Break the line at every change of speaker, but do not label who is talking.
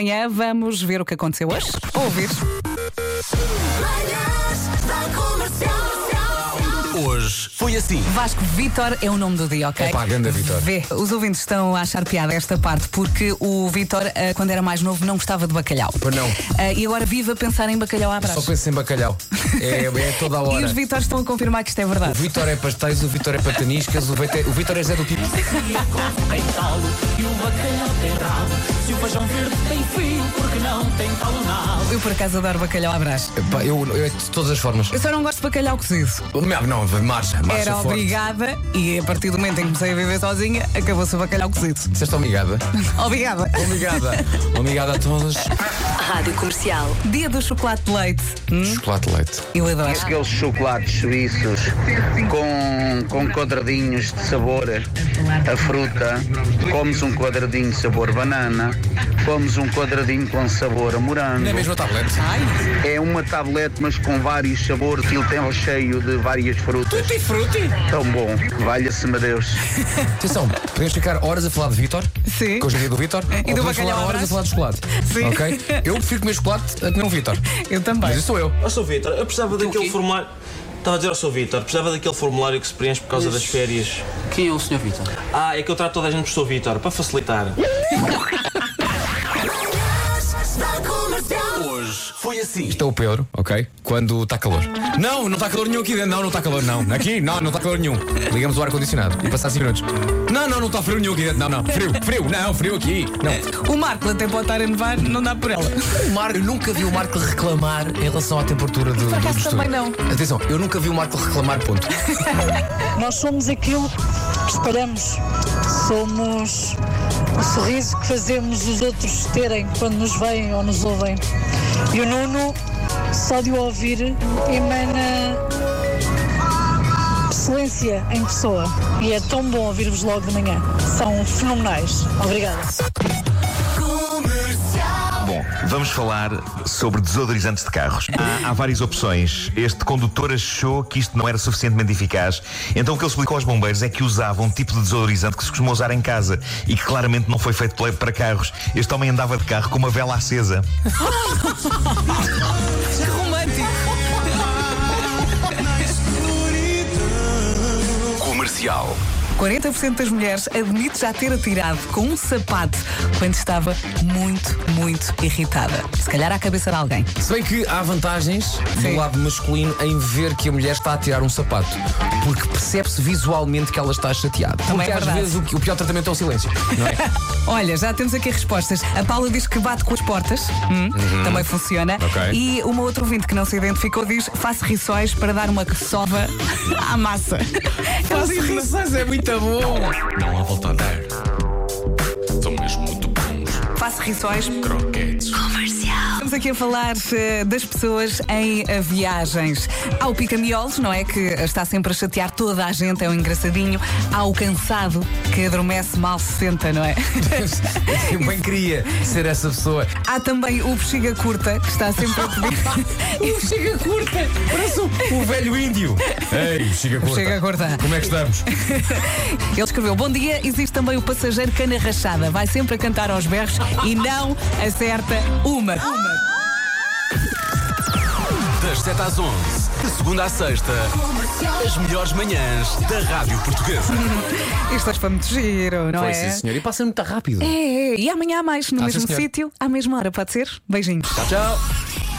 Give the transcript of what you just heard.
Amanhã vamos ver o que aconteceu hoje. Ouvir.
Manhãs da Comercial.
Hoje foi assim.
Vasco Vitor é o nome do dia, ok?
Opa, ganda Vítor.
Vê, os ouvintes estão a achar piada esta parte porque o Vitor, eh, quando era mais novo, não gostava de bacalhau.
Pois não.
Eh, e agora vive a pensar em bacalhau à
Só
brás.
penso em bacalhau. É, é toda a
E
hora.
os Vitores estão a confirmar que isto é
O
verdade.
Vitor é pastéis, o Vitor é pataniscas, o Vitor é, o Vítor é Zé do Pipo.
tem talo e o bacalhau tem rabo. Se o feijão verde tem fio, porque não tem talo nada?
Eu, por acaso, adoro bacalhau à brás.
Pá, Eu, eu, é de todas as formas.
Eu só não gosto de bacalhau cozido.
Não, não, marcha, marcha é
Era
forte.
obrigada e a partir do momento em que comecei a viver sozinha, acabou-se o bacalhau cozido.
Disseste obrigada.
Obrigada.
Obrigada. obrigada a todas.
Rádio Comercial.
Dia do chocolate de leite. Hum,
Chocolate de leite.
eu adoro.
aqueles chocolates suíços com, com quadradinhos de sabor a fruta, comes um quadradinho sabor banana, comes um quadradinho com sabor a morango.
Não é mesmo a tablet?
É uma tablete, mas com vários sabores e ele tem recheio de várias frutas. Tutti frutti! Tão bom, valha-se-me Deus.
Atenção, podemos ficar horas a falar de Vitor.
Sim.
Que hoje é dia do Vitor. Ou
do
podemos
bacalhau
falar
à
horas
brás.
a falar de chocolate.
Sim.
Ok? Eu prefiro comer chocolate a comer um Vitor.
Eu também.
Mas isso sou eu.
Ó, Sr. Vítor, eu precisava daquele formulário. Estava a dizer ao Sr. Vítor, precisava daquele formulário que se preenche por causa das férias.
Quem é o Sr. Vitor?
Ah, é que eu trato toda a gente por Sr. Vítor, para facilitar.
Manhãs da Comercial.
Isto é o Pedro, ok? Quando está calor. Não, não está calor nenhum aqui dentro. Não, não está calor, não. Aqui, não, não está calor nenhum. Ligamos o ar-condicionado e passar 5 minutos. Não, não, não está frio nenhum aqui dentro. Não, não. Frio, frio, não, frio aqui. Não.
O Marco até pode estar a nevar, não dá por ela.
O Marco, eu nunca vi o Marco reclamar em relação à temperatura do. Por
acaso também não.
Atenção, eu nunca vi o Marco reclamar, ponto.
Nós somos aquilo que esperamos, somos o sorriso que fazemos os outros terem quando nos veem ou nos ouvem. E o Nuno, só de o ouvir, emana excelência em pessoa. E é tão bom ouvir-vos logo de manhã. São fenomenais. Obrigada.
Bom, vamos falar sobre desodorizantes de carros. Há, há várias opções. Este condutor achou que isto não era suficientemente eficaz, então o que ele explicou aos bombeiros é que usava um tipo de desodorizante que se costuma usar em casa e que claramente não foi feito pela- para carros. Este homem andava de carro com uma vela acesa.
Romântico.
Comercial.
40% das mulheres admite já ter atirado com um sapato quando estava muito, muito irritada. Se calhar à cabeça de alguém.
Se bem que há vantagens
Sim.
do lado masculino em ver que a mulher está a tirar um sapato. Porque percebe-se visualmente que ela está chateada.
Também
Porque
é
às
verdade.
vezes o, que- o pior tratamento é o silêncio, não é?
Olha, já temos aqui respostas. A Paula diz que bate com as portas. Hum, Também funciona.
Ok.
E uma outra ouvinte que não se identificou diz faço rissóis para dar uma sova à massa. Ela diz, "Mas
é muito bom.
Não há volta a dar. São mesmo muito bons
Faço rissóis
croquetes.
Estamos aqui a falar eh, das pessoas em eh, viagens. Há o pica-miolos, não é? Que está sempre a chatear toda a gente, é um engraçadinho. Há o cansado, que adormece mal se senta, não é?
Eu bem queria ser essa pessoa.
Há também o bexiga curta, que está sempre a pedir. o bexiga curta!
Parece o, o velho índio. Ei, chega curta.
Bexiga curta.
Como é que estamos?
Ele escreveu: Bom dia, existe também o passageiro cana rachada. Vai sempre a cantar aos berros e não acerta uma. Uma.
Das 7 às 11, de segunda à sexta, as melhores manhãs da Rádio Portuguesa.
Isto hoje foi muito giro, não
Foi
é?
sim, senhor. E passa muito rápido.
É, é, e amanhã há mais, no
Ah, sim,
mesmo
senhor.
sítio, à mesma hora, pode ser? Beijinhos.
Tchau.